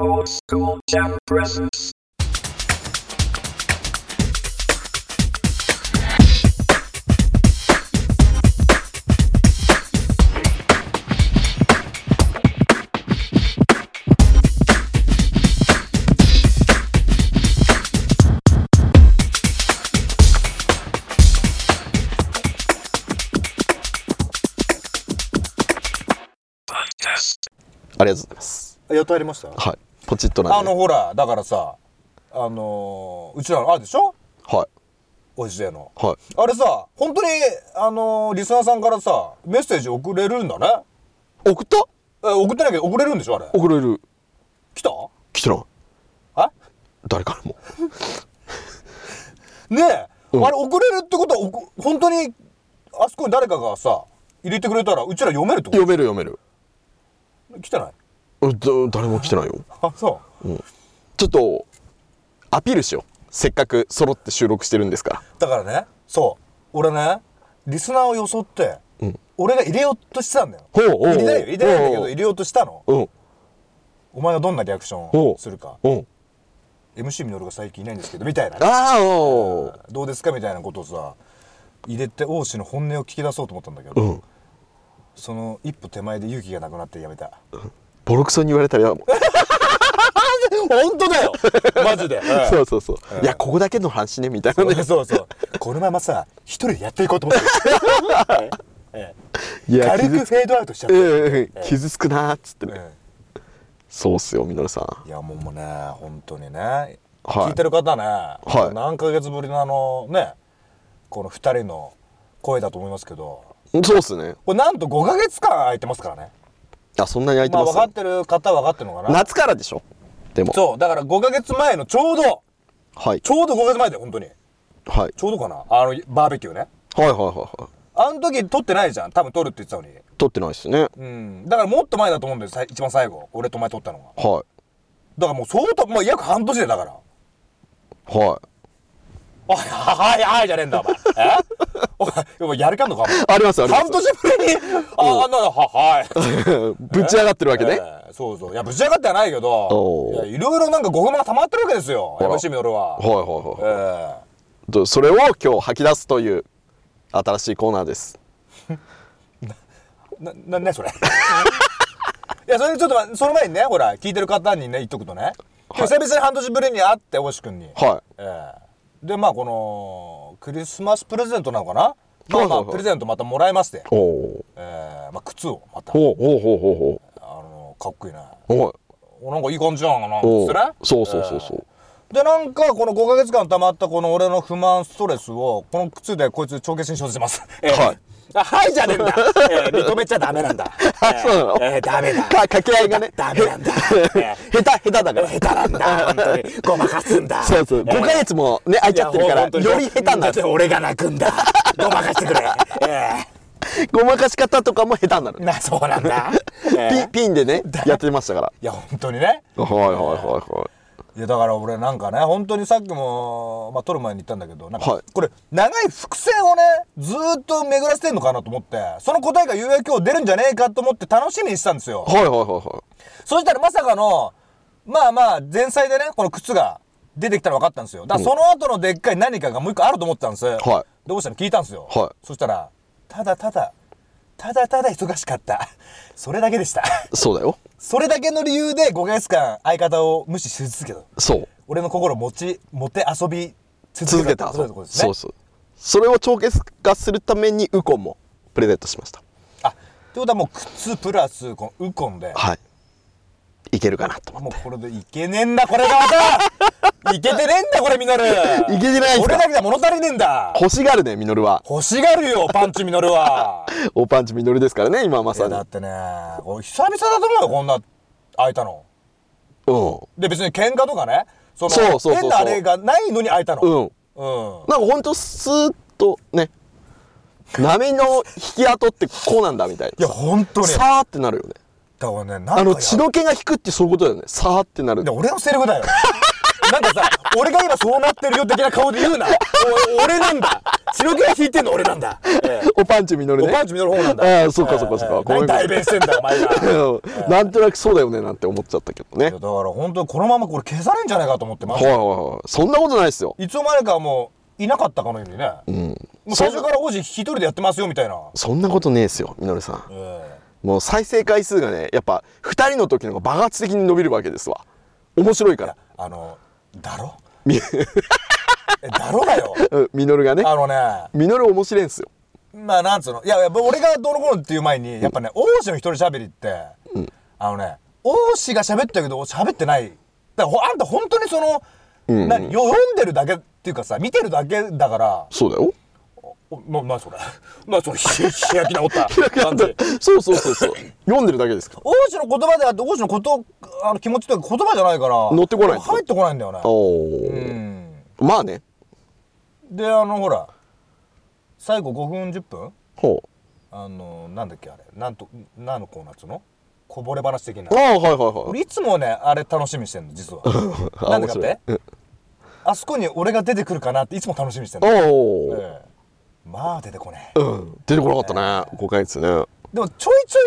Old school jam presents. ありがとうございます。やっとやりましたはい。ポチッとなんあで。のほらだからさあのーうちらのあれでしょはい。おじでのはあれさ本当にあのーリスナーさんからさメッセージ送れるんだねい。送ったえ送ってなきゃ送れるんでしょあれ送れる。来た来てない。あ誰からも。ねえ、うんあれ送れるってことはおく本当にあそこに誰かがさ入れてくれたらうちら読めるってこ読める読める。と来てないうど誰も来てないよ。あそうちょっと、アピールしよう。せっかく揃って収録してるんですかだからねそう俺ねリスナーを装って、俺が入れようとしてたんだよほうほう入れないよ入れないんだけどほう入れようとしたのら。うん。お前がどんなリアクションほをう。するかうん。 MC みのるが最近いないんですけどみたいなねああ、おーどうですかみたいなことをさ入れて王子の本音を聞き出そうと思ったんだけうど、ん。その一歩手前で勇気がなくなってや めたボロクソに言われたら嫌だ もん。本当 だよマジで、そうそうそう。いや、ここだけの話ね、みたいなね。そうそうこのままさ一人でやっていこうと思ってるえいえや、軽く傷つフェードアウトしちゃっうた、んうんうん傷つくなーっつってね。えそうっすよ、みのるさんえ。いやもうね本当にね、聞いてる方ね、い何ヶ月ぶりのあのねこの二人の声だと思いますけどそうっすね。これなんと5ヶ月間空いてますからねあ、そんなに空いてまあます分かってる方は分かってるのかな夏からでしょでもそうだから5ヶ月前のちょうどはいちょうど5ヶ月前だよ本当にはいちょうどかなあのバーベキューねはいはいはいはいあの時撮ってないじゃん多分撮るって言ってたのに撮ってないですねうんだからもっと前だと思うんだよさい一番最後俺とお前撮ったのがはだからもう相当もう約半年でだからいはおいはいはいじゃねえんだお前えお前お前やるかんのかお前い ありますありま半年ぶりにああなんだははい すぶち上がってるわけねえーそうそういやぶち上がってはないけどおーいやいろいろなんかご不満が溜まってるわけですよら山清俺ははいはいはえいとそれを今日吐き出すという新しいコーナーですえな、な、なにそれ いや、それちょっとま、その前にね、ほら、聞いてる方にね、言っとくとね、今日久々に半年ぶりに会って、大志くんに。はええで、まあ、この、クリスマスプレゼントなのかなまはあまいあ、はいプレゼントまたもらいまして、いおおええまあ、靴をまた、あほうほうほうほの、かっこいいな。うほうはいお、なんかいい感じなのかな、おつうってね。そうそうそうそうで、なんか、この5ヶ月間溜まったこの俺の不満、ストレスを、この靴でこいつ帳消しにしようとしてます。ええはい。あはいじゃねえんだ、ええ認めちゃダメなんだ。あ そうなのええダメだ。か掛け合いがねダメなんだ。へ下手下手だ から下手なんだ。本当にごまかすんだ。そうそうええ5ヶ月もね空いちゃってるからより下手 になるだ。俺が泣くんだ。ごまかして くれ。えごまかし方とかも下手になるえなそうな んだ。ええピピンでねやってました からいや本当にね。はいはいはいはいいやだから俺なんかね本当にさっきもまあ撮る前に言ったんだけどなんか、はいこれ長い伏線をねずーっと巡らせてんのかなと思ってその答えが有益今日出るんじゃねえかと思って楽しみにしてたんですよ。はいはいはいはそしたらまさかの、まあまあ、前菜でね、この靴が出てきたの分かったんですよ。だからその後のでっかい何かがもう一個あると思ってたんです。はいで、大下に聞いたんですよ。はいそしたら、ただただ、ただただ忙しかった。それだけでした。いそうだよそれだけの理由で5ヶ月間相方を無視し続けた。そう俺の心を持ち、持て遊び続続けけた。たそういうことですね。そうそうそれを帳消化するためにウコンもプレゼントしましたあ、ってことはもう靴プラス、このウコンで、はいいけるかなと思もうこれでいけねえんだ、これがま たいけてねえんだ、これ、ミノルいけてないんすか俺だけじゃ物足りねえんだって欲しがるねミノルは欲しがるよ、パンチミノルは おパンチミノルですからね今まいさや、にだってね、俺久々だと思うよ、こんな、会えたの。うで、別に喧嘩とかね、その、そうそうそうそう変なあれがないのに会えたの。んうんうん。なんかほんとスーッとね波の引き跡ってこうなんだみたいいや、本当なに。さーってなるよねだからね、なんかやあの血の気が引くってそういうことだよねさーってなるいや俺のセリフ だよ。なんかさ、俺が今そうなってるよ的な顔で言うな。お俺なんだ。白毛が引いてんの俺なんだ。ええおパンチ実るねおパンチ見る方なんだ。ああそうかそうかそうかええごめん何代弁してんだお前が。だかうん なんとなくそうだよねなんて思っちゃったけどねら本当にこのままこれ消されんじゃないかと思ってまはいす。はいはいそんなことないですよいつの間にかもういなかったかのようにね。もう最初から王子一人でやってますよみたいな。そんなことねえですよみのるさんえもう再生回数がねやっぱ2人の時の方が爆発的に伸びるわけですわ面白いかえらあのだろ。えだろだよ。うんみのるがねあのね。みのる面白いんすよまあなんつうのいやいや俺がどうのこうのっていう前にやっぱね、王子の一人喋りって、あのね王子が喋ってるけど喋ってないだからほあんた本当にその、何よ読んでるだけっていうかさ見てるだけだからそうだよおななそれなそれ ひ開き直った感じそうそうそう そう読んでるだけですか王子の言葉であって王子のことあの気持ちというか言葉じゃないから乗ってこない入ってこないんだよねらおお、うんまあねであのほら最後5分10分ほうあのなんだっけあれなんと何のコーナーっつうのこぼれ話的なああはいはいはい俺いつもねあれ楽しみにしてんの実 はなんでかっ面白いてあそこに俺が出てくるかなっていつも楽しみにしてんの、おお、ええまあ出てこねえうん出てこなかったね5回ですねでもちょいちょ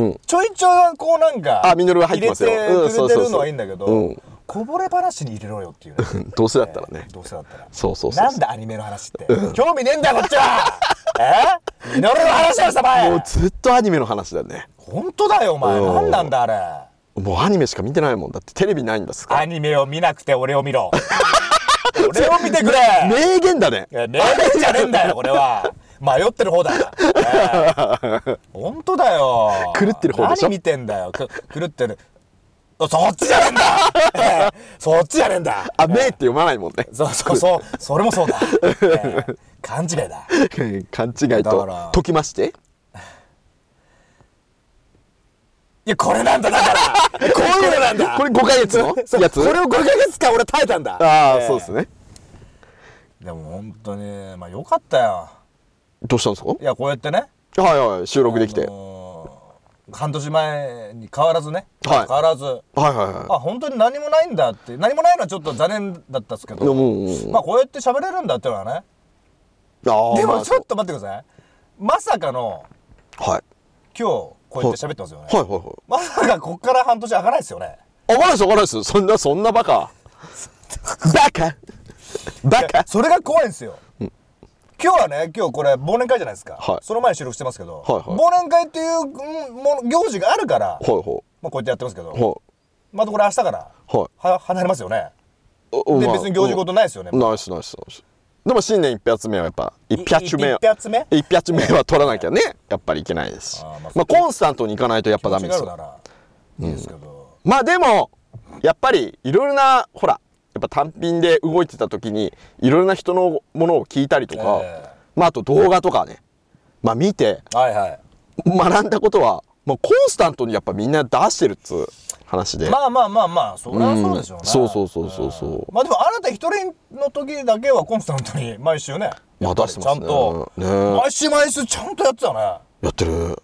いうね、んちょいちょいこうなんかあミノルは入ってますよ入れてくうんそうそれてうるのそはういいんだけど、うんこぼれ話に入れろよっていうね、どうせだったら ねどうせだったらそうそうそうそうなんだアニメの話って、興味ねえんだよこっちはえミノルの話をしたまもえうずっとアニメの話だよね本当だよお前、うんなん、なんだあれもうアニメしか見てないもんだってテレビないんですからアニメを見なくて俺を見ろ 俺を見てくれ名言だ ねいや名言じゃねえんだよこれは迷ってる方だ、え え本当だよ狂ってる方でしょ何見てんだよく狂ってるそっちじゃねえんだ、ええそっちじゃねえんだあ名って読まないもんねそうそうそうそれもそうだ、ええ勘違いだ 勘違いだかとら解きましていやこれなんだだからこういうのなんだ これ5ヶ月の そうやつこれを5ヶ月間俺耐えたんあだあ、ええそうですねでも本当にまあよかったよどうしたんですいやこうやってねかはいはい収録できて、あのー半年前に変わらずね、はい変わらずはいはいはあ本当に何もないんだって何もないのはちょっと残念だったっすけいいやど、もううんまあこうやって喋れるんだってのはねああでまもあちょっと待ってくださいまさかのはい今日こうやって喋ってますよね、はいはいはいまさかこっから半年開かないですよねわかんないですわかんないですそんなそんなバ カバカバカそれが怖いんですよ、今日はね今日これ忘年会じゃないですか、はいその前に収録してますけど、はいはい忘年会っていううんもの行事があるから、はいはまあ、こうやってやってますけど、いはいまたこれ明日からはいは離れますよねおでまあ別に行事ごとないですよねうんナイスナイスナイスでも新年一発目はやっぱ一発目は一発目一発目は取らなきゃねやっぱりいけないですしあーまあまあコンスタントにいかないとやっぱダメです気持ちがよあるならいいですけど、まあでもやっぱりいろいろなほらやっぱ単品で動いてた時にいろいろな人のものを聞いたりとか、えまああと動画とかねまあ見てはいはい学んだことはもうコンスタントにやっぱみんな出してるっつう話で、まあまあまあまあそりゃそうでしょうね、うんそうそうそうそうそうんまあでもあなた一人の時だけはコンスタントに毎週ねまやあっ出ぱりしてちまゃすんねと、ね毎週毎週ちゃんとやってたねやってる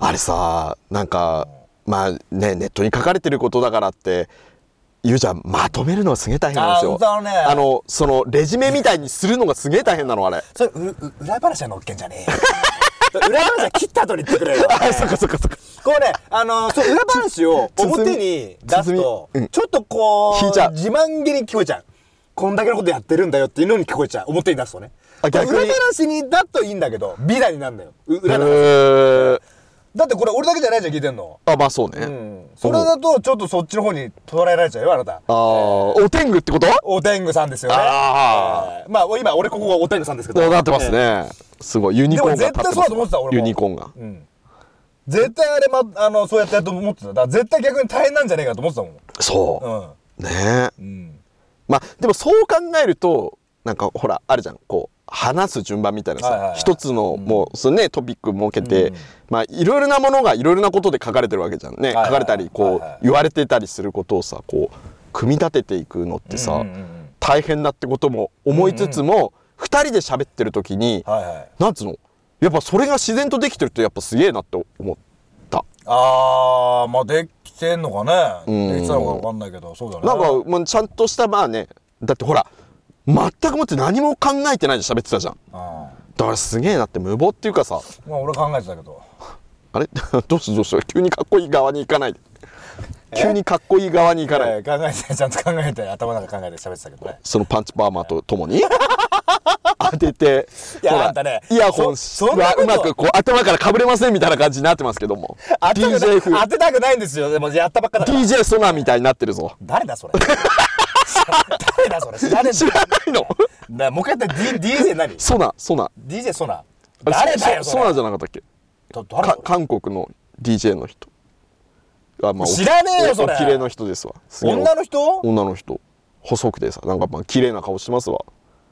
あれさなんかまあねネットに書かれてることだからってゆうちゃんまとめるのはすげえ大変なんですあよー本当だねあのそのレジュメみたいにするのがすげえ大変なのあれそれうう裏話は乗っけんじゃ ねえよ裏話は切った後に言ってくれよあそっかそっかそっかこうねあのそう裏話を表に出す包と、みうんちょっとこ引いちゃうう自慢げに聞こえちゃうこんだけのことやってるんだよっていうのに聞こえちゃう表に出すとねあ逆に裏話にだといいんだけど美談になるんだよう裏え話ー、だってこれ俺だけじゃないじゃん聞いてんのあまあそうね、うんそれだとちょっとそっちの方に捉えられちゃうよあなたあーお天狗ってことお天狗さんですよねあえーまあ今俺ここがお天狗さんですけどなってますねすごいユニコーンが立ってますでも絶対そうだと思ってた俺もユニコーンがうん絶対あれ、ま、あのそうやってやると思ってただから絶対逆に大変なんじゃねえかと思ってたそもんうねうん、うん、まあでもそう考えるとなんかほらあるじゃんこう話す順番みたいなはいはいさはい一つのもうそのねトピック設けてまあいろいろなものがいろいろなことで書かれてるわけじゃんねい書はいかれたりこはいはいう言われてたりすることをさこう組み立てていくのってうんうさんうん大変だってことも思いつつも二人で喋ってる時にはいはいなんつうのやっぱそれが自然とできてるとやっぱすげえなって思った。あーまあできてんのかねんできてたのかわかんないけどそうだねなんか、まあ、ちゃんとしたまあねだってほら全くもって何も考えてないで喋ってたじゃんうんまだからすげえなって無謀っていうかさあ俺考えてたけどあれ どうしようどうしよう急にかっこいい側に行かないで急にかっこいい側に行かないえー考えてちゃんと考えて頭の中考えて喋ってたけどねそのパンチパーマとともに 当てていやほらあんたねイヤホンそそんなはことうまくこう頭からかぶれませんみたいな感じになってますけども当てたく DJF ない当てたくないんですよでもやったばっかだから DJ ソナーみたいになってるぞ誰だそれ誰だそれ知らねえん知だよらないのなもう一回言って D- DJ 何ソナーソナー DJ ソナあれ誰だよソソそナーれじゃなかったっけだ誰だか韓国の DJ の人あ、ま知らねえよそれ綺麗な人ですわすげえ女の人女の人細くてさなんかまあ綺麗な顔してますわ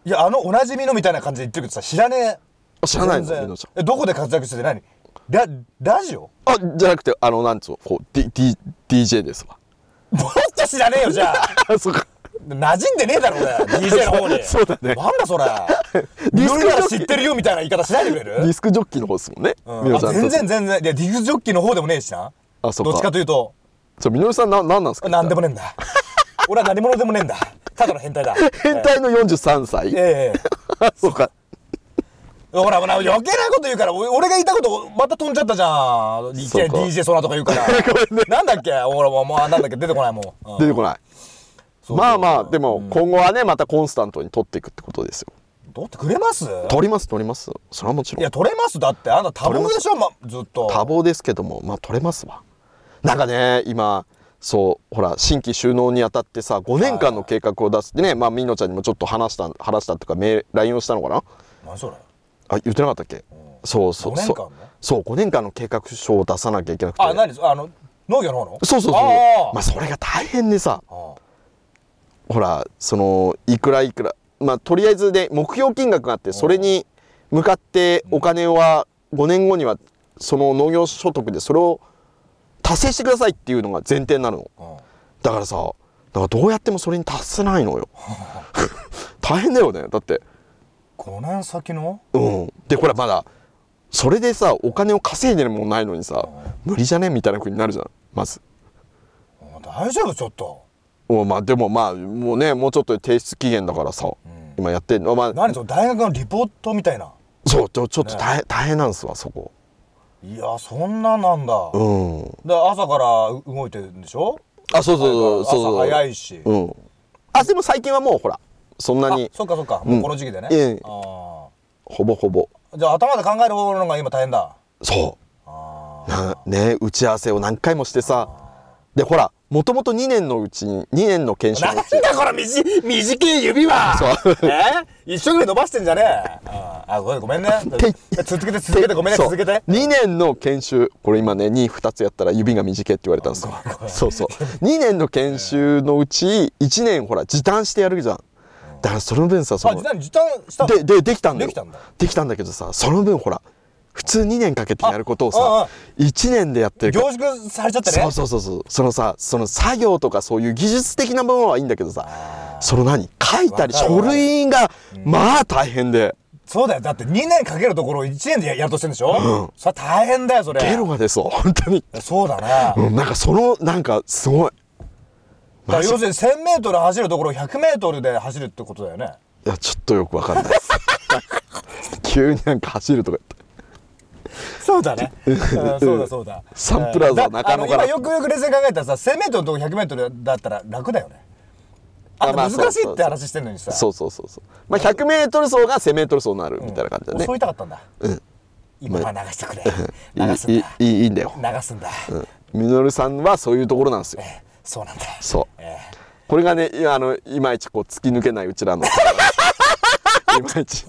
いやあのおなじみのみたいな感じで言ってるけどさ知らねえあ知らないの全然みのちゃえどこで活躍してて何ララジオんあじゃなくてあのなんつうのこう、D D、DJ ですわもっと知らねえよじゃ ああそうか馴染んでねえだろ 俺 DJ の方にそうだねなんだそれディ言スクうジョッキーなら知ってるよみたいな言い方しないでくれデるィスクジョッキーの方ですもんね、うみんのあちゃん全然全然いやディスクジョッキーの方でもねえしなあそうかどっちかというとそうみのりさんななんなんですかなんでもねねえんだ俺は何者でもねえんだただの変態だ変態の43歳、ええあ そうかほらほら余計なこと言うからお俺が言ったことまた飛んじゃったじゃんいきそなりうか DJ ソナとか言うか らごめんねなんだっけ俺もうもうなんだっけ出てこないもう、うん出てこないそうまあまあでも今後はねまたコンスタントに取っていくってことですよ取ってくれます取ります取りますそれはもちろいんや取れますだってあんた多忙でしょ、ま、ずっと多忙ですけどもまあ取れますわなんかね今そうほら新規収納にあたってさ5年間の計画を出すってねまあみのちゃんにもちょっと話した話したっていうかメール LINE をしたのかな何それあ言ってなかったっけ、そうそう五年間そうのそう5年間の計画書を出さなきゃいけなくてあ何あの農業の方のそうそうそうあまあそれが大変でさあ、あほらそのいくらいくらまあとりあえずで目標金額があってそれに向かってお金は5年後にはその農業所得でそれを達成してくださいっていうのが前提になるのあうんだからさだからどうやってもそれに達せないの よ大変だよねだって5年先のうんでこれまだそれでさお金を稼いでるもんないのにさ無理じゃねみたいな風になるじゃんまずうん大丈夫ちょっとうんまあでもまあもうねもうちょっとで提出期限だからさ、今やってんのまあ何その大学のリポートみたいなそうちょちょっと大,、大変なんですわそこいやそんななんだ、うんで朝から動いてるんでしょあそうそうそうそうそう朝早いし、うんあでも最近はもうほらそんなあにそっかそっかもうこの時期でね、ええあほぼほぼあじゃあ頭で考える方のが今大変だそうあなね打ち合わせを何回もしてさでほらもともと2年のうちに2年の研あ修なのんうだちこの短短い指はそう え一生ぐらい伸ばしてんじゃねえああごめんごめんねて続けて続けてごめんねそう続けて2年の研修これ今ね22つやったら指が短いって言われたんですよそうそう2年の研修のうち1年ほら時短してやるじゃんだからその分さそあの何時短したのででできたんだよできたんだできたんだけどさその分ほら普通2年かけてやることをあああさ1年でやってるから凝縮されちゃってねそうそうそうそうそのさその作業とかそういう技術的なものはいいんだけどさその何書いたりわかる書わかる類がまあ大変でそうだよだって2年かけるところを1年でややるとしてんでしょ、それ大変だよそれゲロが出そう本当にそうだね、うんなんかそのなんかすごいだからマジ要するに 1000m 走るところを 100m で走るってことだよねいやちょっとよくわかんない です急になんか走るとか言ってそうだね。うんそうだそうだ。サンプラザ中野からだあの今よくよく冷静に考えたらさ、1000メートルのとこ100メートルだったら楽だよね。ああまあ難しそうそうそいうって話してんのにさ。そうそうそうそうまあ 100m 走が 1000m 走になるみたいな感じだねそう言いたかったんだ。今は流してくれ。流すいんいだ。いいいいんだよ流すんだ。みのるさんはそういうところなんですよそうなんだ。そうえこれがねいやあのいまいちこう突き抜けないうちら のいまいち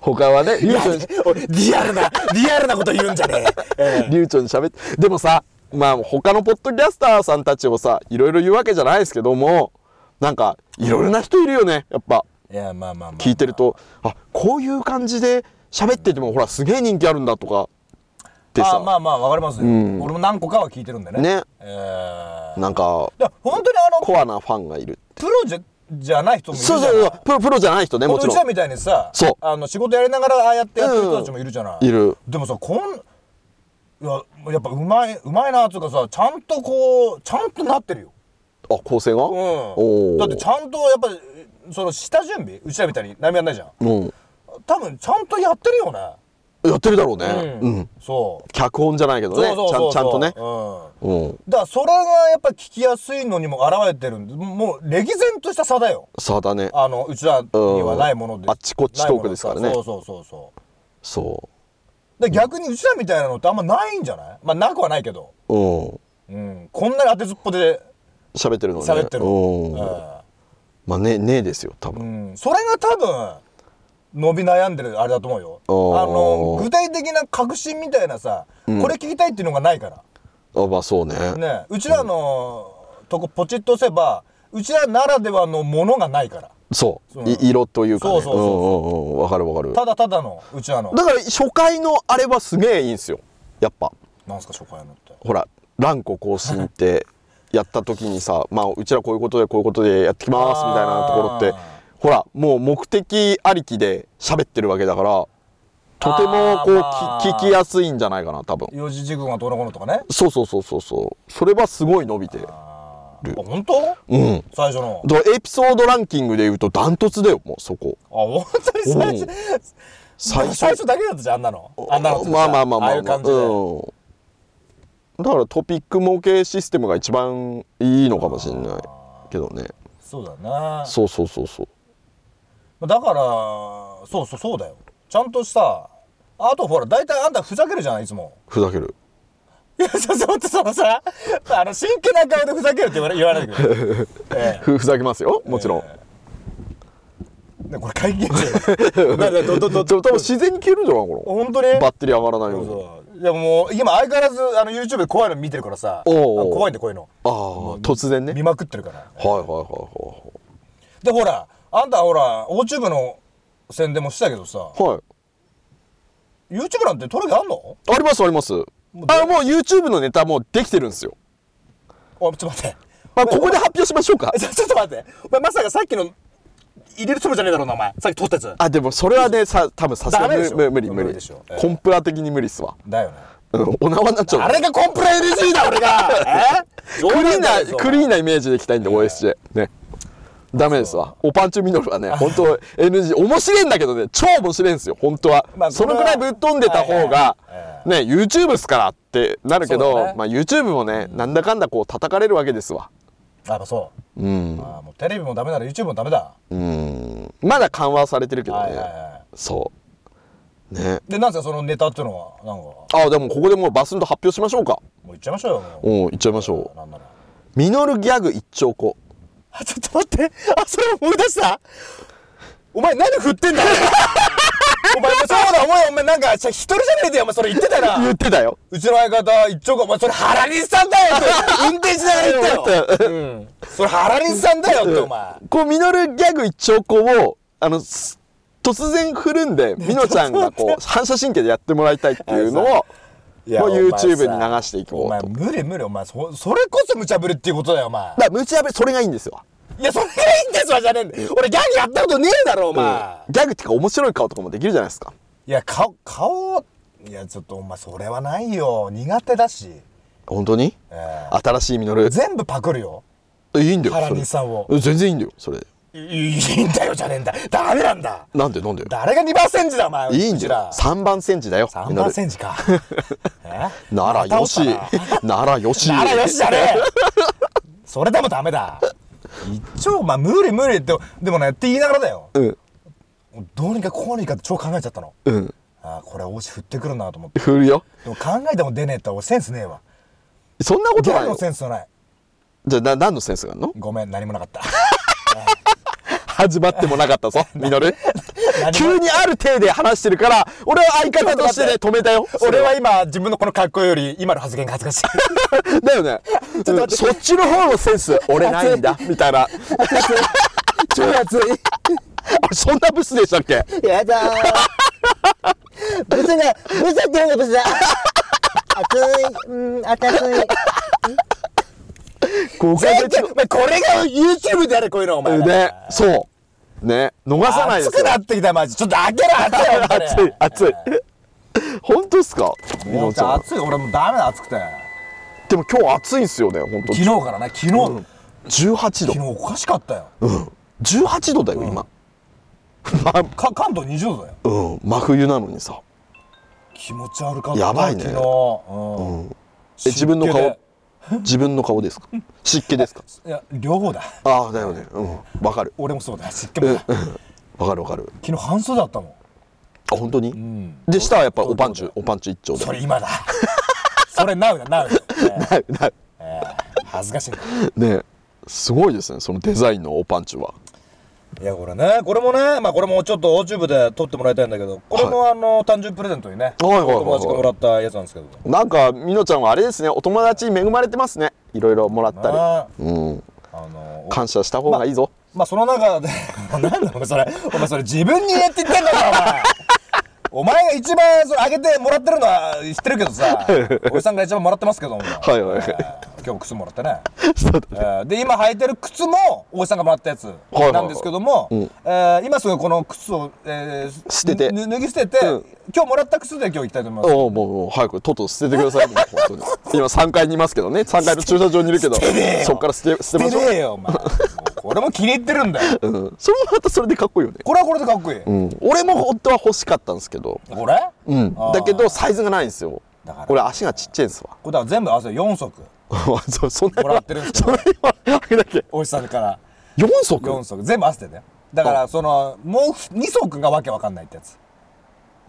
他はね流暢にえ俺リアルなリアルなこと言うんじゃねえ。ええ流暢に喋ってでもさまあ他のポッドキャスターさんたちをさいろいろ言うわけじゃないですけどもなんかいろいろな人いるよねやっぱいやまあまあまあ。聞いてるとあこういう感じで喋っててもほらすげえ人気あるんだとかってあさ、まあまあわかりますよ。俺も何個かは聞いてるんでね。ねええ。なんかだから本当にあのコアなファンがいるプロじゃじゃない人もいるじそゃうなそいうそうプロプロじゃない人ねもちうろちらんみたいにさそうあの仕事やりながらああやってやってる人たちもいるじゃない、うんいるでもさこんいややっぱうまいうまいなっつうかさちゃんとこうちゃんとなってるよああ構成が、うん、おだってちゃんとやっぱりその下準備うちらみたいに何もやんないじゃんうん多分ちゃんとやってるよねやってるだろうね、うんそう脚本じゃないけどねそうそうそうそうちゃんちゃんとね、ううん、ん、だからそれがやっぱ聞きやすいのにも表れてるんでもう歴然とした差だよそうだねあのうちらにはないもので、うんあっちこっちトークですからねないものさそうそうそうそそうで逆にうちらみたいなのってあんまないんじゃないまあなくはないけど、ううんうん、こんなに当てずっぽで喋ってるのね喋ってる、うんうまあねねえですよ多分、んうん、それが多分伸び悩んでるあれだと思うよあおーの具体的な確信みたいなさ、これ聞きたいっていうのがないからあまあそうねねうちらのとこポチッと押せばうちらならではのものがないからそうそうい色というかねそうそうそうんうんうんわかるわかるただただのうちらのだから初回のあれはすげえいいんですよやっぱなんすか初回のってほら蘭子更新ってやった時に さまあうちらこういうことでこういうことでやってきますみたいなところってあーほらもう目的ありきで喋ってるわけだからとてもこう、あーきまあ聞きやすいんじゃないかな多分四字熟語がどうのこうのとかねそうそうそうそうそうそれはすごい伸びてある本当うん最初のだからエピソードランキングで言うとダントツだよもうそこあ本当に最初最初 最初だけだったじゃんあんなのあんなのってさまあまあまあまあああいう感じでうん、だからトピック模型システムが一番いいのかもしれないけどねそうだなそうそうそうそうだからそうそうそうだよちゃんとしたあとほら大体あんたふざけるじゃないいつもふざけるいやそうそうそのさあの真剣な顔でふざけるって言われ言わないでくれ、えふふざけますよもちろん、えねこれ会 議中だだどどどでも多分自然に消えるんじゃないかな本当にバッテリー上がらないそよううにそういやもう今相変わらずあの YouTube で怖いの見てるからさおうおうあ怖いんでこういうのああ突然ね見まくってるからはいはいはいはでほらあんたほら YouTube の宣伝もしたけどさいはいはい YouTube なんて撮る気あんのありますありますあもう YouTube のネタもうできてるんですよおちょっと待ってあここで発表しましょうかえちょちょっと待ってお前まさかさっきの入れるつもりじゃねえだろうなお前さっき撮ったやつあでもそれはねさ多分さすがダメにでしょ無無理無無理理でしょええコンプラ的に無理っすわ、だよねうん、お縄になっちゃうあれがコンプラ NG だ 俺がえクリーだンなクリーンなイメージでいきたいんで OSJ ねダメですわおパンチュミノルはね 本当 NG 面白いんだけどね超面白いんですよ本当は、まあそのくらいぶっ飛んでた方が、ね YouTube っすからってなるけそうど、だねまあ YouTube もねなんだかんだこう叩かれるわけですわあやっぱそううんあもうテレビもダメなら YouTube もダメだうんまだ緩和されてるけどね、はいはいはそうねいでなんすかそのネタっていうのはなんかもあでもここでもうバスンと発表しましょうかう言っちゃいましょうよもううん行っちゃいましょなんならうミノルギャグ一丁子あちょっと待ってあそれ思い出したお前何振ってんだ お前そうだお前お前なんか一人じゃねえでお前それ言ってたな言ってたようちの相方一丁が「お前それ原西さんだよ」って 運転しなが ら言ったよ、うん、それ原西さんだよってお前こうミノルギャグ一丁子をあのす突然振るんでミノちゃんがこう反射神経でやってもらいたいっていうのをいやもうお前さ YouTube に流していこおう前と。無理無理お前そそれこそ無茶ぶりっていうことだよお前だからムチやべそれがいいんですよ。いやそれがいいんですわじゃねえんだよ俺ギャグやったことねえだろお前、ギャグっていうか面白い顔とかもできるじゃないですか。いや顔顔いやちょっとお前それはないよ苦手だし、本当に、えー新しいミノル。全部パクるよいいんだよ。原それ西さんを全然いいんだよ。それ。いいいんだよじゃねえんだダメなんだなんでなんで。誰が2番センチだお前いいんだよう。ちら三番センチだよ。 3ミノ番ルセンチかえならよしまた落ち。ならよし。たなならよしじゃねえそれでもダメだ一応まあ無理無理ってでもねって言いながらだようんどうにかこうにかって超考えちゃったのうん。あーこれおし振ってくるなと思って振るよ。でも考えても出ねえって俺センスねえわそんなことギャないグのよ。センスないじゃあな何のセンスがあるの？ごめん何もなかった 始まってもなかった ぞ、ミノル。何も急にある体で話してるから、俺は相方としてね、ち止めたよ。俺は今自分のこの格好より今の発言が恥ずかしい だよね。ょっとうん待ってそっちの方のセンス、俺ないん だ、みたいな。超熱いあそんなブスでしたっけやだ ーブスがブスって言うのブスだ熱いうん熱い誤解全で然お前これが YouTube でやれこういうのお前ね、そう。ね、逃さないです熱くよ。なってきたマジちょっと開けろ熱いよ本熱い、熱い。本当っすかみ当のにちゃん。熱い俺もうダメだ熱くてでも今日暑いんすよね、本当昨日からね昨日18度昨日おかしかったようん18度だよ今、か関東20度だようん、真冬なのにさ気持ち悪かったやばいね昨日、うんえ自分の湿気で顔自分の顔ですか湿気ですかいや両方だああだよねうんわかる俺もそうだ湿気もだ昨わかるわかる日半袖だったもんあ本当に、で下はやっぱおパンチおパンチ一丁でそれ 今だそれナウだナウだ、なるなるえーえー恥ずかしいな ねすごいですねそのデザインのおパンチはいやこれねこれもねまあこれもちょっと YouTube で撮ってもらいたいんだけどこれもあの誕生日プレゼントにねはいはいはいはい友達からもらったやつなんですけどなんかみのちゃんはあれですねお友達に恵まれてますねいろいろもらったありうんあの感謝した方がいいぞ、まあその中で なんだお前それお前それ自分に言えって言ってんだからお前お前が一番それあげてもらってるのは知ってるけどさおじさんが一番もらってますけどもはいはいはいえー今日も靴もらってねそうだえーで今履いてる靴もおじさんがもらったやつはいはいなんですけども、うんえー今すぐこの靴を、えー捨ててぬ脱ぎ捨てて、うん今日もらった靴で今日行きたいと思いますおうもうもう早くとっとと捨ててくださいもう本当に今3階にいますけどね3階の駐車場にいるけどそっから捨て捨てまし捨ょてねえよ お前もうこれも気に入ってるんだよう、うん、それもまたそれでかっこいいよね、これはこれでかっこいい、うん、俺も本当は欲しかったんですけど、これ、うんあー、だけどサイズがないんですよだから俺足がちっちゃいんですわこれだから全部合わせて4足 そそんなにもらってるんです けそんどなにあれだっけおじさんから4足4足全部合わせてねだからそのもう2足がわけわかんないってやつ、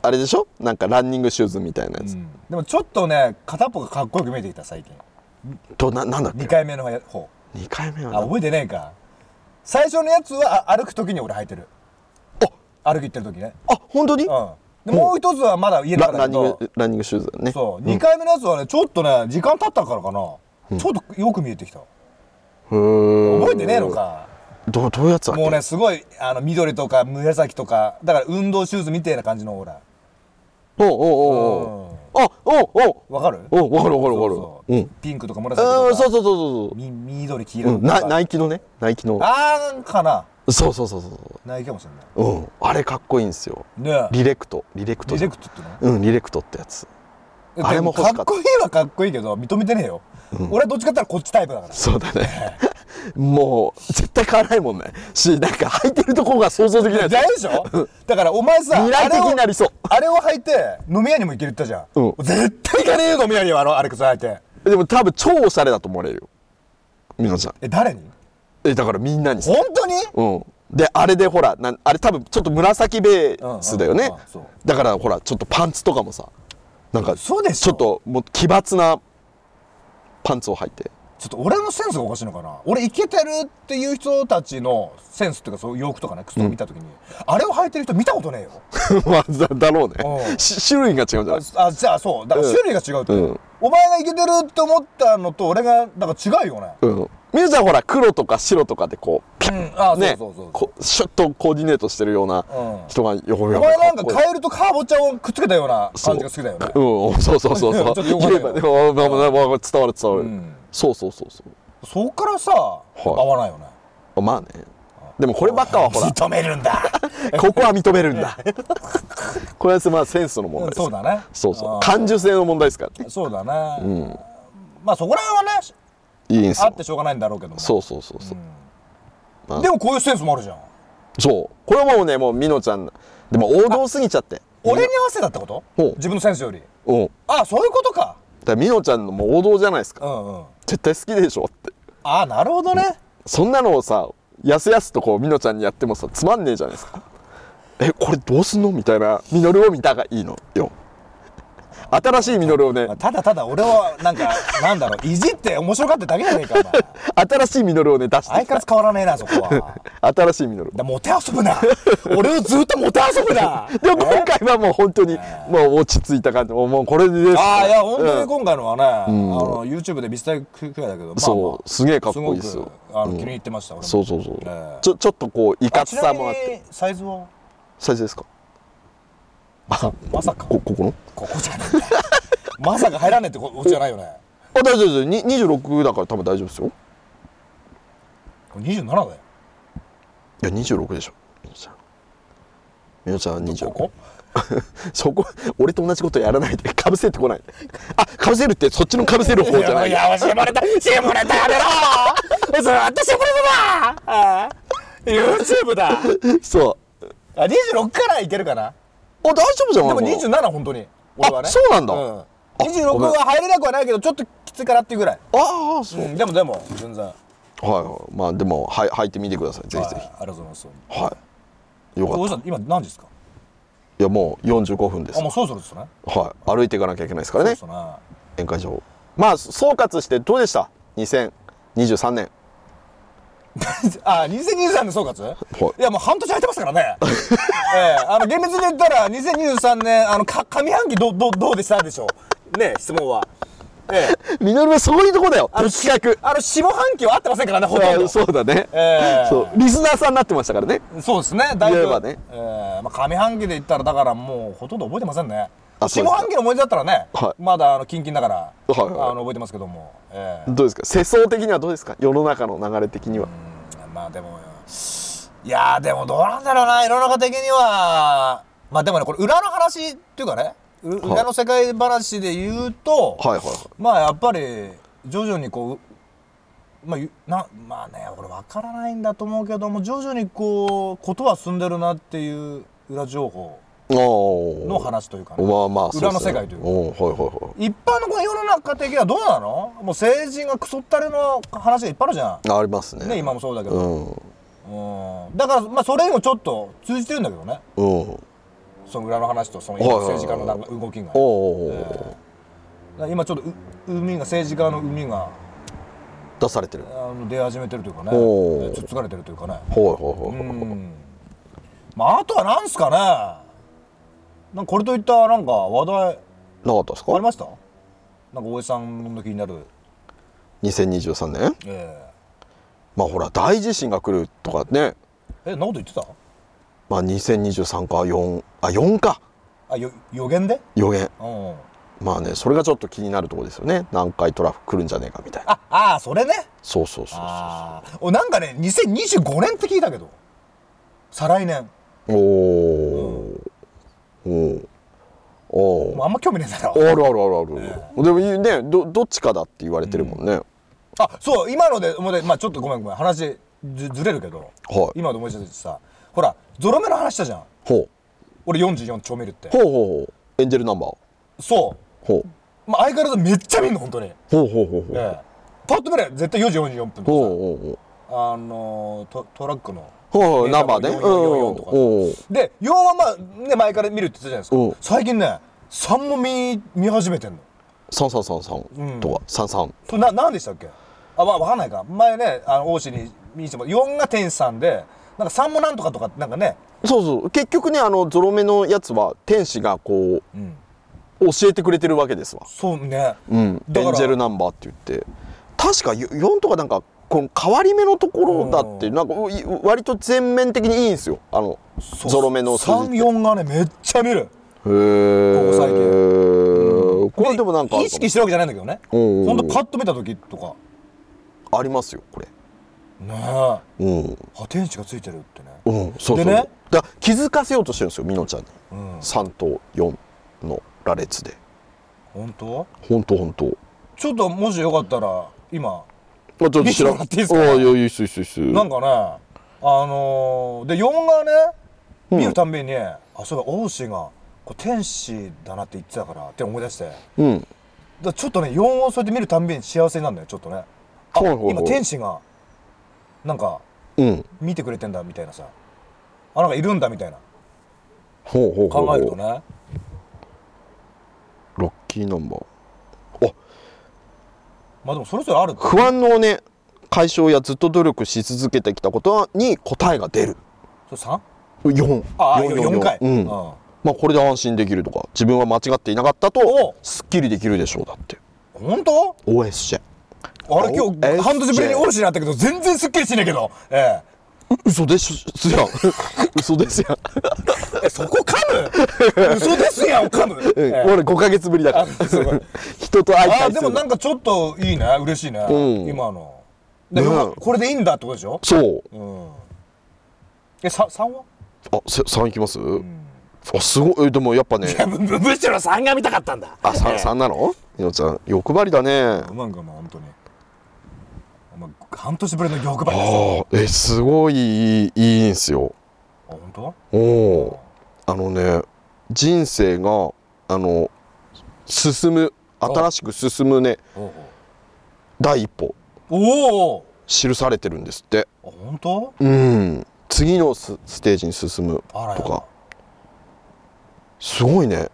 あれでしょなんかランニングシューズみたいなやつ、でもちょっとね片っぽがかっこよく見えてきた最近とななんだっけ2回目の方2回目はなあ覚えてねえか最初のやつはあ歩く時に俺履いてる歩き行ってる時ねあ本当に、うんでもう一つはまだ家のララン中だけニンどグランニングシューズだねそう2回目のやつはねちょっとね時間経ったからかな、ちょっとよく見えてきたうん覚えてねえのかどうどういうやつだっけもうねすごいあの緑とか紫とかだから運動シューズみたいな感じのほらおうおうおうおうあおうおうわかるおわかるわかるわかるそうそううんピンクとか紫とうんかそうそうそうそうみ緑黄そう、色うん、とかなナイキのねナイキのあーかなそうそうそうそうそないかもしれないううんあれかっこいいんですよねえリレクトリレクトリじレゃんクトってのうんリレクトってやつあれも欲しかったっこいいはかっこいいけど認めてねえよ、俺はどっちかって言ったらこっちタイプだからそうだねもう絶対買わないもんねしなんか履いてるとこが想像できないだよでしょだからお前さ未来的になりそうあれをあれを履いて飲み屋にも行けるって言ったじゃん、うん絶対行かねえよ飲み屋にはあのあれくさ履いてでも多分超おしゃれだと思われるよみのちゃんえ誰にえだからみんなにさ本当にうんであれでほらなんあれ多分ちょっと紫ベースだようねんうんうんそうだからほらちょっとパンツとかもさなんかちょそうでしょっともう奇抜なパンツを履いて ちょっと俺のセンスがおかしいのかな俺イケてるっていう人たちのセンスっていうかそういう洋服とかね靴を見た時に、あれを履いてる人見たことねえよまあだだろううねんし種類が違うんじゃないあじゃあそうだから種類が違うって、うんお前がイケてるって思ったのと俺がだから違うよねうんみゆちゃんほら黒とか白とかでこうピうュんッあそうねそうそうそうこうシュッとコーディネートしてるようなうん人がよお前なんかカエルとカーボチャをくっつけたような感じが好きだよねうんそうそうそう ちょそっうとよくわか言えんないばねうんまあまあまあ伝わる伝わるそうそうそうそうそっからさ、合わないよねまあねでもこればっかはほら認める んだここは認めるんだ これはまあセンスの問題ですそうだねそうそうあー感受性の問題ですからねそうだね、まあそこら辺はねいいんですあよってしょうがないんだろうけどもそうそうそうそううんでもこういうセンスもあるじゃんそうこれはもうねもうみのちゃんでも王道すぎちゃって俺に合わせたってことおう自分のセンスよりうんだかあそういうことからみのちゃんのもう王道じゃないですうかんうん絶対好きでしょってあなるほどねそんなのをさやすやすとこうみのちゃんにやってもさつまんねえじゃないですかえこれどうすんのみたいなみのるを見たがいいのよ新しいみのるをねただただ俺はな んかなんだろういじって面白かっただけじゃねえかお前新しいみのるをね出して相い変きわたらいず変わらねえなそこは新しいみのるだモテ遊ぶな俺をずっとモテ遊 ぶなでも今回はもう本当にもう落ち着いた感じもうもうこれでですああいや本うん当に今回のはね、あの YouTube で見せたいくらいだけど、まあまあそうすげえかっこいいですよごくあの気に入ってました、俺もそうそうそう、ええちょちょっとこういかあつちなさみもあってにサイズはサイズですかあまさかこここのここじゃない まさか入らねえってここじゃないよねあ大丈夫ですに26だから多分大丈夫ですよこれ27だよいや26でしょみのちゃんみのちゃんは26ここそこ俺と同じことやらないでかぶせてこないあかぶせるってそっちのかぶせる方じゃないやばしまれたしまれたやめろずっとしまれただ YouTube だそうあ26からいけるかなあ大丈夫じゃんでも俺27本当に俺はねあそうなんだうん、あ26ごめんは入れなくはないけどちょっときついからっていうぐらい、ああそうう、ん、でもでも全然はいはいまあでもはい履いてみてくださいぜひぜはいありがとうございますひはいよかどっうたした今何時ですかいやもう45分ですあもうそろそろですねはい歩いていかなきゃいけないですからそうねですね宴会場まあ総括してどうでした2023年 あ、2023年総括、いい、やもう半年入ってますからね。 ええあの厳密に言ったら2023年あのか上半期どうどうどうでしたでしょう。ねえ質問は。ええみのりはそういうとこだよ的確あの下半期は合ってませんからねほとんあど。そうだね、ええそうリスナーさんになってましたからねそうですね。だい言えぶばねええまあ上半期で言ったらだからもうほとんど覚えてませんね。あそうですか下半期の思い出だったらね、はいまだあのキンキンだから、はいはいあの覚えてますけども、ええどうですか世相的にはどうですか世の中の流れ的にはまあでもいやーでもどうなんだろうな世の中的にはまあでもねこれ裏の話っていうかねうはい裏の世界話で言うと、はいはいはいまあやっぱり徐々にこうまあゆなまあねこれ分からないんだと思うけども徐々にこうことは進んでるなっていう裏情報おの話というかね、まあまあ裏の世界というかおはいはいは一般のこの世の中的にはどうなのもう成人がクソったれの話がいっぱいあるじゃいありますねんね今もそうだけど、うんうんだからまあそれにもちょっと通じてるんだけどねうんその裏の話とそのはいはいはい政治家のなんか動きが、おうおうおうえーだから今ちょっとう海が政治家の海が出されてるあはいの出始めてるというかねえおーーつっつかれてるというかねはいはういはいんまああとはなんすかねなんかこれといったなんか話題なかったですかありましたなんか大江さんの気になる、 2023年えまあほら大地震が来るとかねー、えそんなこと言ってたまあ2023か4あ4かあよ予言で予言うんまあねそれがちょっと気になるところですよね南海トラフ来るんじゃねえかみたいなああーそれねそうそうそうああおなんかね2025年って聞いたけど再来年そうおーおーおーもうあんま興味ねえだあろるあるあるあるでもいいねどどっちかだって言われてるもんね、あそう今のでもうねまあちょっとごめんごめん話ずずれるけど、はい今ので思い出してさほらゾロ目の話したじゃんほう俺44丁見るってほうほうほうエンジェルナンバーそほうう、まあ、相変わらずめっちゃ見んの本当に、えほうほうほうほうえパッと見れば絶対4時44ほう分とほうほうかさあのートトラックのほうほうナンバーね44うんとかおうで4はまあね前から見るって言ってたじゃないですか、うん最近ね3も見見始めてんの三三三三とか三三それな何でしたっけあわわかんないか前ねあの王子に見せても4が天使さんでなんか3もなんとかとかなんかね、そうそう結局ねあのゾロ目のやつは天使がこううん、教えてくれてるわけですわそうね、うんだエからンジェルナンバーって言って確かよ4とかなんかこの変わり目のところだってうんなんかうい割と全面的にいいんですよあのゾロ目の数字って34がねめっちゃ見へるえここ最近これでもなんかあるか意識してるわけじゃないんだけどねおうおうおうほんとパッと見た時とかもありますよこれねえあうん天使がついてるってねうんそうそうでねだから気づかせようとしてるんですよみのちゃんに、うん3と4の羅列で本当ほんとほんとちょっともしよかったら今あちょっ見てもらっていいですかあいやいいっすいいっすいいっすなんかねあのーで4がねうん見るたんびに、あそうだ王子がこう天使だなって言ってたからって思い出してだかうんらちょっとね4をそうやって見るたんびに幸せになるんだよちょっとねあほうほうほう今天使がなんかうん見てくれてんだみたいなさあなんかいるんだみたいなほうほうほう考ほえうるとねラッキーナンバーまあでもそれぞれある不安のね解消やずっと努力し続けてきたことに答えが出るそれ 3? 4ああ 4, 4回、うんうんま本あこれで安心できるとか自分は間違っていなかったおとすっきりできるでしょうだって当 OSJ あれ今え日半年ぶりにオルシになったけど全然すっきりしないけどえう嘘ですや ん嘘ですやん、ええそこ 噛む嘘ですやん噛む、うんええ俺5か月ぶりだからあすごい 人と会いたあいーでもなんかちょっといいね嬉しいね、うん今ので、ねよかこれでいいんだってことでしょそううんえさ三はあさ3いきます、あすごいえでもやっぱねむむむしろ3が見たかったんだあさ3なのよちゃん欲張りだねうまんかお前本当にお前半年ぶりの欲張りですよああえすごいいいいいんすよあ本当おおあのね人生があの進む新しく進むねおう第一歩おうおう記されてるんですってあ本当うん次のスステージに進むあらとやかすごいね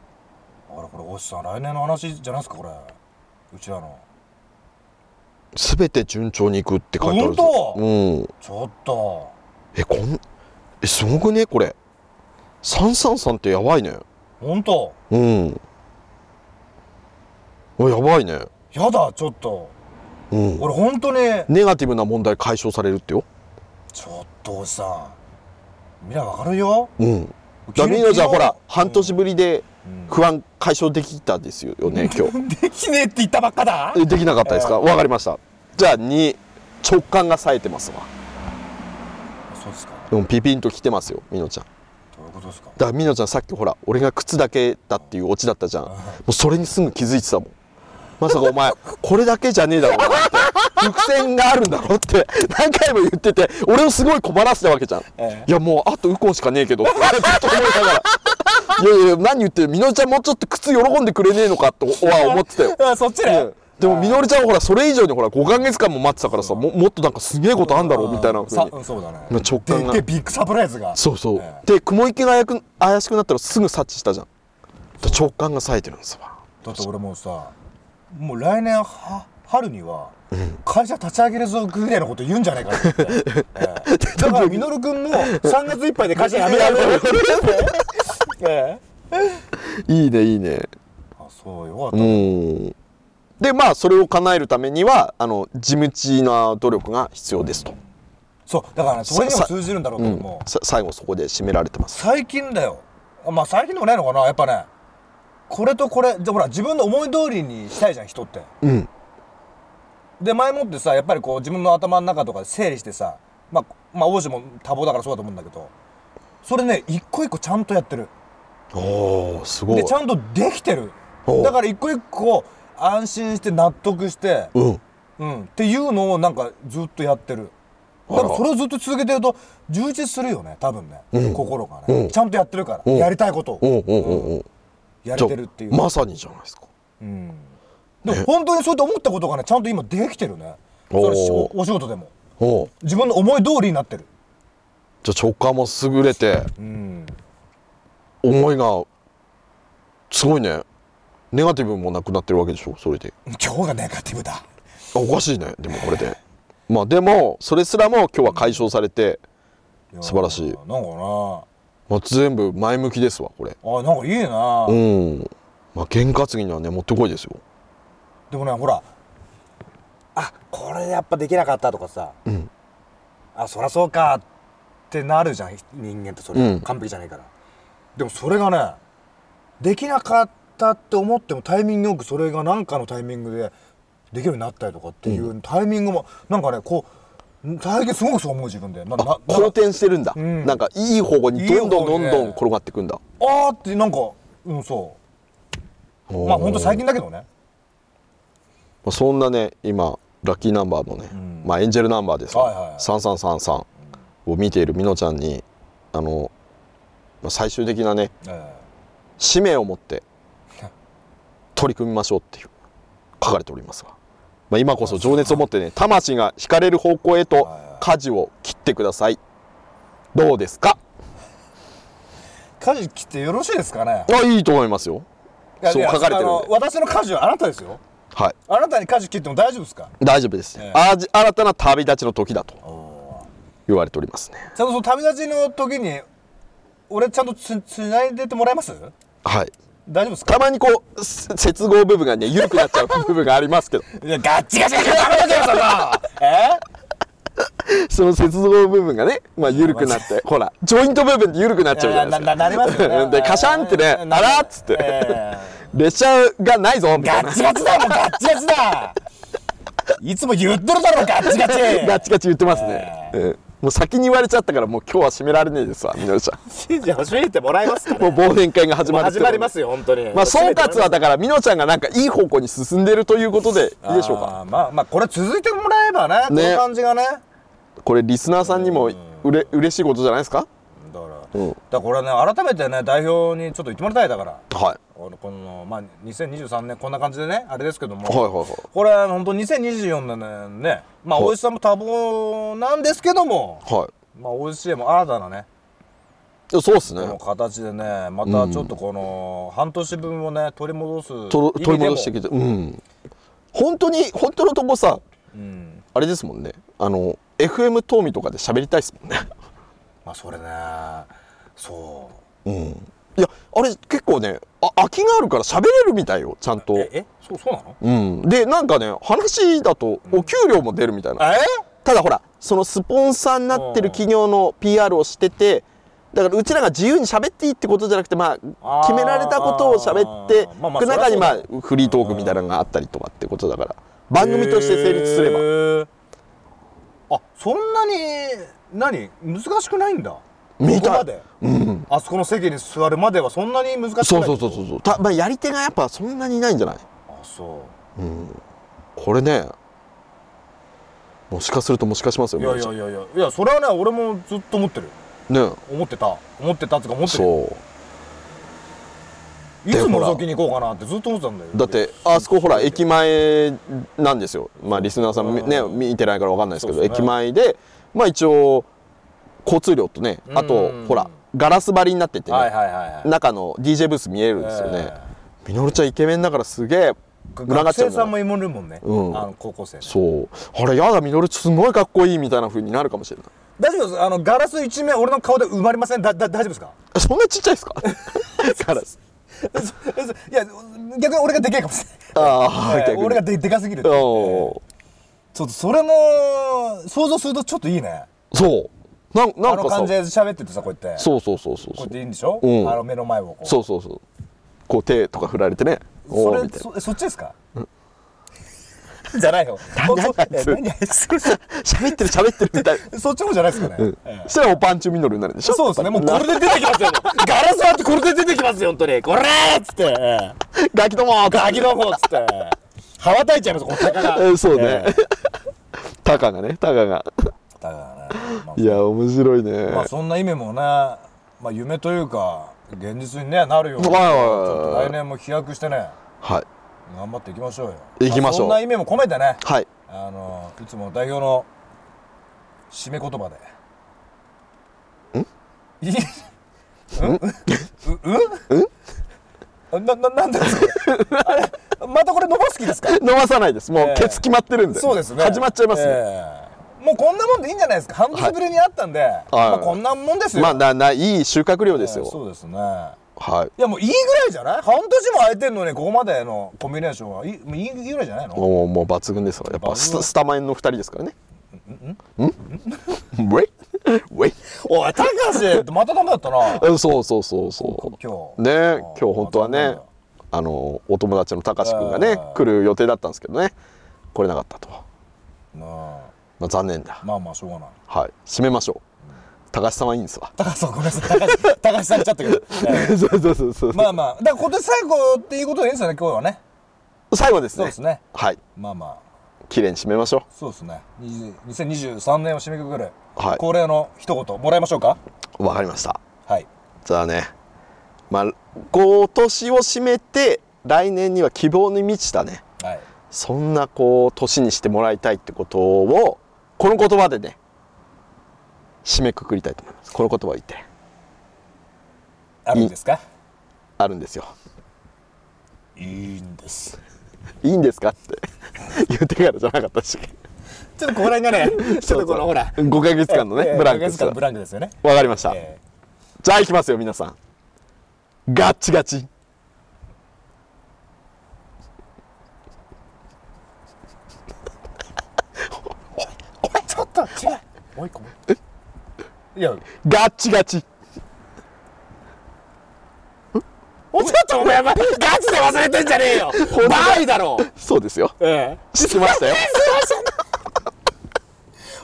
あらこれ大石さん来年の話じゃないですかこれうちらの全て順調にいくって書いてあるんですあよ本当うんちょっとえこんえすごくねこれ333ってやばいね本当うんあやばいねやだちょっとうん俺本当にネガティブな問題解消されるってよちょっと大石さん未来わかるようん急ダにミーノじゃ急にほら半年ぶりでうん不安解消できたですよね今日できねえって言ったばっかだえできなかった ですかわかりましたじゃあ2直感が冴えてますわそうですかでもピピンときてますよミノちゃんどういうことですかだからミノちゃんさっきほら俺が靴だけだっていうオチだったじゃんもうそれにすぐ気づいてたもんまさかお前これだけじゃねえだろうなって伏線があるんだろって何回も言ってて俺をすごい困らせたわけじゃん、ええいやもうあとウコンしかねえけどってずっと思いながらいやいや何言ってるみのりちゃんもうちょっと靴喜んでくれねえのかとは思ってたよあそっちねでもみのりちゃんはほらそれ以上にほら5ヶ月間も待ってたからさももっとなんかすげえことあんだろうみたいな風にさうんそうだねまあ直感がででビッグサプライズがそうそう、ええで雲行きが怪く怪しくなったらすぐ察知したじゃんだ直感が冴えてるんですわだって俺もうさもう来年は春には会社立ち上げるぞぐらいのこと言うんじゃないかなっ て、ええだからみのるくんも3月いっぱいで会社辞めら れるええいいねいいねあそうよかった、うんでまあそれを叶えるためにはあの地道な努力が必要ですと、そうだからねそれにもさ通じるんだろうけうどんも、さ最後そこで締められてます最近だよあまあ最近でもないのかなやっぱねこれとこれでほら自分の思い通りにしたいじゃん人ってうんで前もってさやっぱりこう自分の頭の中とかで整理してさまあまあ王子も多忙だからそうだと思うんだけどそれね一個一個ちゃんとやってるおおすごいでちゃんとできてるおうだから一個一個安心して納得して、うんうん、っていうのをなんかずっとやってるだからそれをずっと続けてると充実するよね多分ね、心がね、ちゃんとやってるから、んやりたいことうんをうんうんうんやじれゃてるっていうあまさにじゃないですかうん、でも本当にそうやって思ったことがねちゃんと今できてるねおーそれしおお仕事でもおう自分の思い通りになってるじゃあ直感も優れてうん思いがすごいねネガティブもなくなってるわけでしょそれで今日がネガティブだあおかしいねでもこれでまあでもそれすらも今日は解消されて、や素晴らしいなんかなまあ、全部前向きですわこれあなんかいいな、うんまあ験担ぎにはねもってこいですよでもねほらあこれやっぱできなかったとかさ、んあそりゃそうかってなるじゃん人間ってそれ、うん完璧じゃないからでもそれがねできなかったって思ってもタイミングよくそれが何かのタイミングでできるようになったりとかっていうタイミングも、なんかねこう最近すごくそう思う自分でなななあ好転してるんだ、んなんかいい方向にどんどんどんいどい方んにね転がっていくんだあーってなんかうんそうまあほんと最近だけどねまあ、そんなね今ラッキーナンバーのね、まあ、エンジェルナンバーですはいはいはい3333を見ているみのちゃんにあの、まあ、最終的なねえ使命を持って取り組みましょうっていう書かれておりますが、まあ、今こそ情熱を持ってね魂が惹かれる方向へと舵を切ってくださいどうですかー、家事切ってよろしいですかねあいいと思いますよいやそういや書かれてるんであの私の家事はあなたですよはいあなたに舵切っても大丈夫ですか大丈夫です、ええあじ新たな旅立ちの時だと言われておりますねちゃんとその旅立ちの時に俺ちゃんとつつないでてもらえますはい大丈夫ですかたまにこうせ 接合部分がね緩くなっちゃう部分がありますけどいやガッチガチガチダメだよそ んなえその接合部分がね、まあ、緩くなってほらジョイント部分って緩くなっちゃうじゃないですかなななりますよね でカシャンってねえあーらっつって、え列車がないぞみたいガなッチガチだよもうガッチガチだいつも言っとるだろガッチガチ ガチガチ言ってますね、ええもう先に言われちゃったからもう今日は締められねえですわみのりちゃん信じ始めてもらえますかねもう忘年会が始もうまるってこ始とまりますよ本当にまあ総括はだからみのちゃんがなんかいい方向に進んでるということでいいでしょうかあーまあまあこれ続いてもらえばねこの感じがねこれリスナーさんにもうれ嬉しいことじゃないですかだから、うんだからこれね改めてね代表にちょっと言ってもらいたいだからはいこのこのまあ2023年こんな感じでねあれですけども、はいはいはいこれ本当2024年ねまあはいおいしさんも多忙なんですけども、はまあおいしいも新たなねいそうですねこの形でねまたちょっとこの半年分をね取り戻すと意味でも取り戻してきてうん本当に本当のとこさうんあれですもんねあの FM 東美とかで喋りたいですもんね まあそれねそういやあれ結構ねあ空きがあるから喋れるみたいよちゃんとええそうそうなのうんでなんかね話だとお給料も出るみたいな、えただほらそのスポンサーになってる企業の PR をしててだからうちらが自由に喋っていいってことじゃなくてまああー決められたことを喋ってまあまあく中にそりまゃあそうフリートークみたいなのがあったりとかってことだから番組として成立すればばあそんなに何難しくないんだ見ここたまで、あそこの席に座るまではそんなに難しくないそうそうそうそうそうた、まあ、やり手がやっぱそんなにいないんじゃないあそこれねもしかするともしかしますうよいやいみやのりいやいやいやそれはね俺もずっと思ってるちゃんね思ってた思ってたっていうか思ってるそういつも覗きに行こうかなってずっと思ってたんだよだってあそこほら駅前なんですよまあリスナーさんみね見てないから分かんないですけどそうですね駅前でまあ一応交通量とねあとうんほらガラス張りになっててはいねはいはいはい中の DJ ブース見えるんですよねえみのるちゃんイケメンだからすげえ群がっ学ちゃう生のさんもいるもんね、うんあの高校生ねそうあれやだみのるちゃんすごいかっこいいみたいな風になるかもしれない大丈夫ですあのガラス一面俺の顔で埋まりませんだだ大丈夫ですかあそんなちっちゃいです かガラスいや逆に俺がでけえかもしれないああえー俺ががででかすぎるっていうそちょっとそれも想像するとちょっといいねうなんなあんのかさ感じで喋っててさこうやってそうそうそうそうこそううやっていいんでしょ、うんあの目の前をこうそうそうそうこう手とか振られてねおそーれみたいなそそっちですか、 じゃないよ何何あいつえ何あいつ喋ってる喋ってるみたいなそっちの方じゃないですかね、 ええそしたらもうパンチミノルになるでしょそうですねもうこれで出てき ますよガラス割ってこれで出てきますよ本当にこれーっつって、ええガキどもーガキどもっつって羽ばたいちゃいますこの鷹がえーそうねええタカがねタカがだからね、まあいや面白いねまあそんな意味もね、まあ、夢というか現実に、ね、なるようにはいはいはいちょっと来年も飛躍してねはい頑張っていきましょうよ行きましょうあそんな意味も込めてねはいあのいつもの代表の締め言葉でんいうんうんうんなななんだそれあれまたこれ伸ばす気ですか飲まさないですもうええケツ決まってるんでそうですね始まっちゃいますねええもうこんなもんでいいんじゃないですか半年ぶりに会ったんで、まあ、こんなもんですよまあなないい収穫量ですええよそうですねはいいやもういいぐらいじゃない半年も空いてんのにここまでのコンビネーションはいいもういいぐらいじゃないのもうもう抜群ですよやっぱスタスタマインの二人ですからねんんウェイウェイおい高橋ってまたダメだったなうんそうそうそうそう今日ねあー今日本当はまたねなんだあのお友達のたかしくんがねあー来る予定だったんですけどね来れなかったと、なあまあ、残念だまあまあしょうがないはい締めましょうたかしさんはいいんですわ高橋さんごめんなさい高橋高橋さん来ちゃったけど、ええそうそうそうそう、まあまあだから今年最後っていうことでいいんですよね今日はね最後ですねそうですねはいまあまあ綺麗に締めましょそうですね20 2023年を締めくくる、はい恒例の一言もらいましょうかうわかりましたはいじゃあねまあ今年を締めて来年には希望に満ちたねはいそんなこう年にしてもらいたいってことをこの言葉でね締めくくりたいと思いますこの言葉を言ってあるんですかあるんですよいいんですいいんですかって 言ってからじゃなかったしちょっとここら 辺がねちょっとこのほら5ヶ月間のねブランクですかかららブランクですよねわかりましたえじゃあいきますよ皆さんガッチガチーちょっと違うもう一個もう一個いやガッチガチおちょっとお前ガチで忘れてんじゃねえよバイだろそうですよ ええ知ってましたよ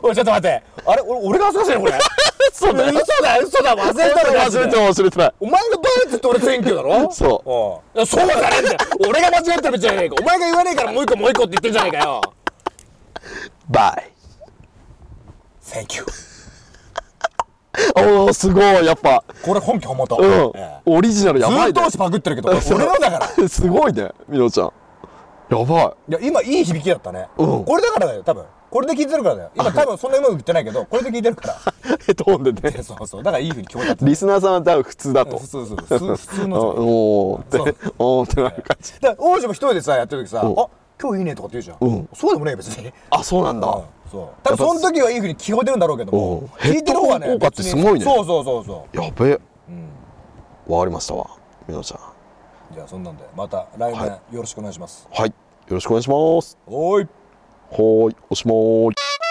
おいちょっと待ってあれ俺俺が恥ずかしいのこれそうだよ嘘だよ嘘だ忘れたの忘れても忘れてないお前がバーツって俺選挙だろ。そういやそうじゃねえんだよ俺が間違ってるじゃねえかお前が言わねえからもう一個もう一個って言ってるじゃねえかよバイ Thank you おおすごいやっぱこれ本家本元、うん、ええオリジナルやばずいっとね押しパクってるけどこれ俺のだか らすごいねみのちゃんやばいや今いい響きだったね、うんこれだからだよ多分これで聞いてるからだよ今多分そんなうまく言ってないけどこれで聞いてるからい ヘッドホンでねそうそうだからいいふうに聞こえたってリスナーさんは多分普通だとそうそうそう 普通うんのじゃんおーってそおーってなる感じだから王子も一人でさやってる時さ「あん今日いいね」とかって言うじゃん、うんそうでもねえ別にあそうなんだうんそう多分その時はいいふうに聞こえてるんだろうけどおうも聞いてる方はねヘッドホン効果ってすごいね別にそうそうそうそやべえわかりましたわみのちゃんうじゃあそんなんでまた来年はよろしくお願いします、はいよろしくお願いしますおーいはーいおしまーい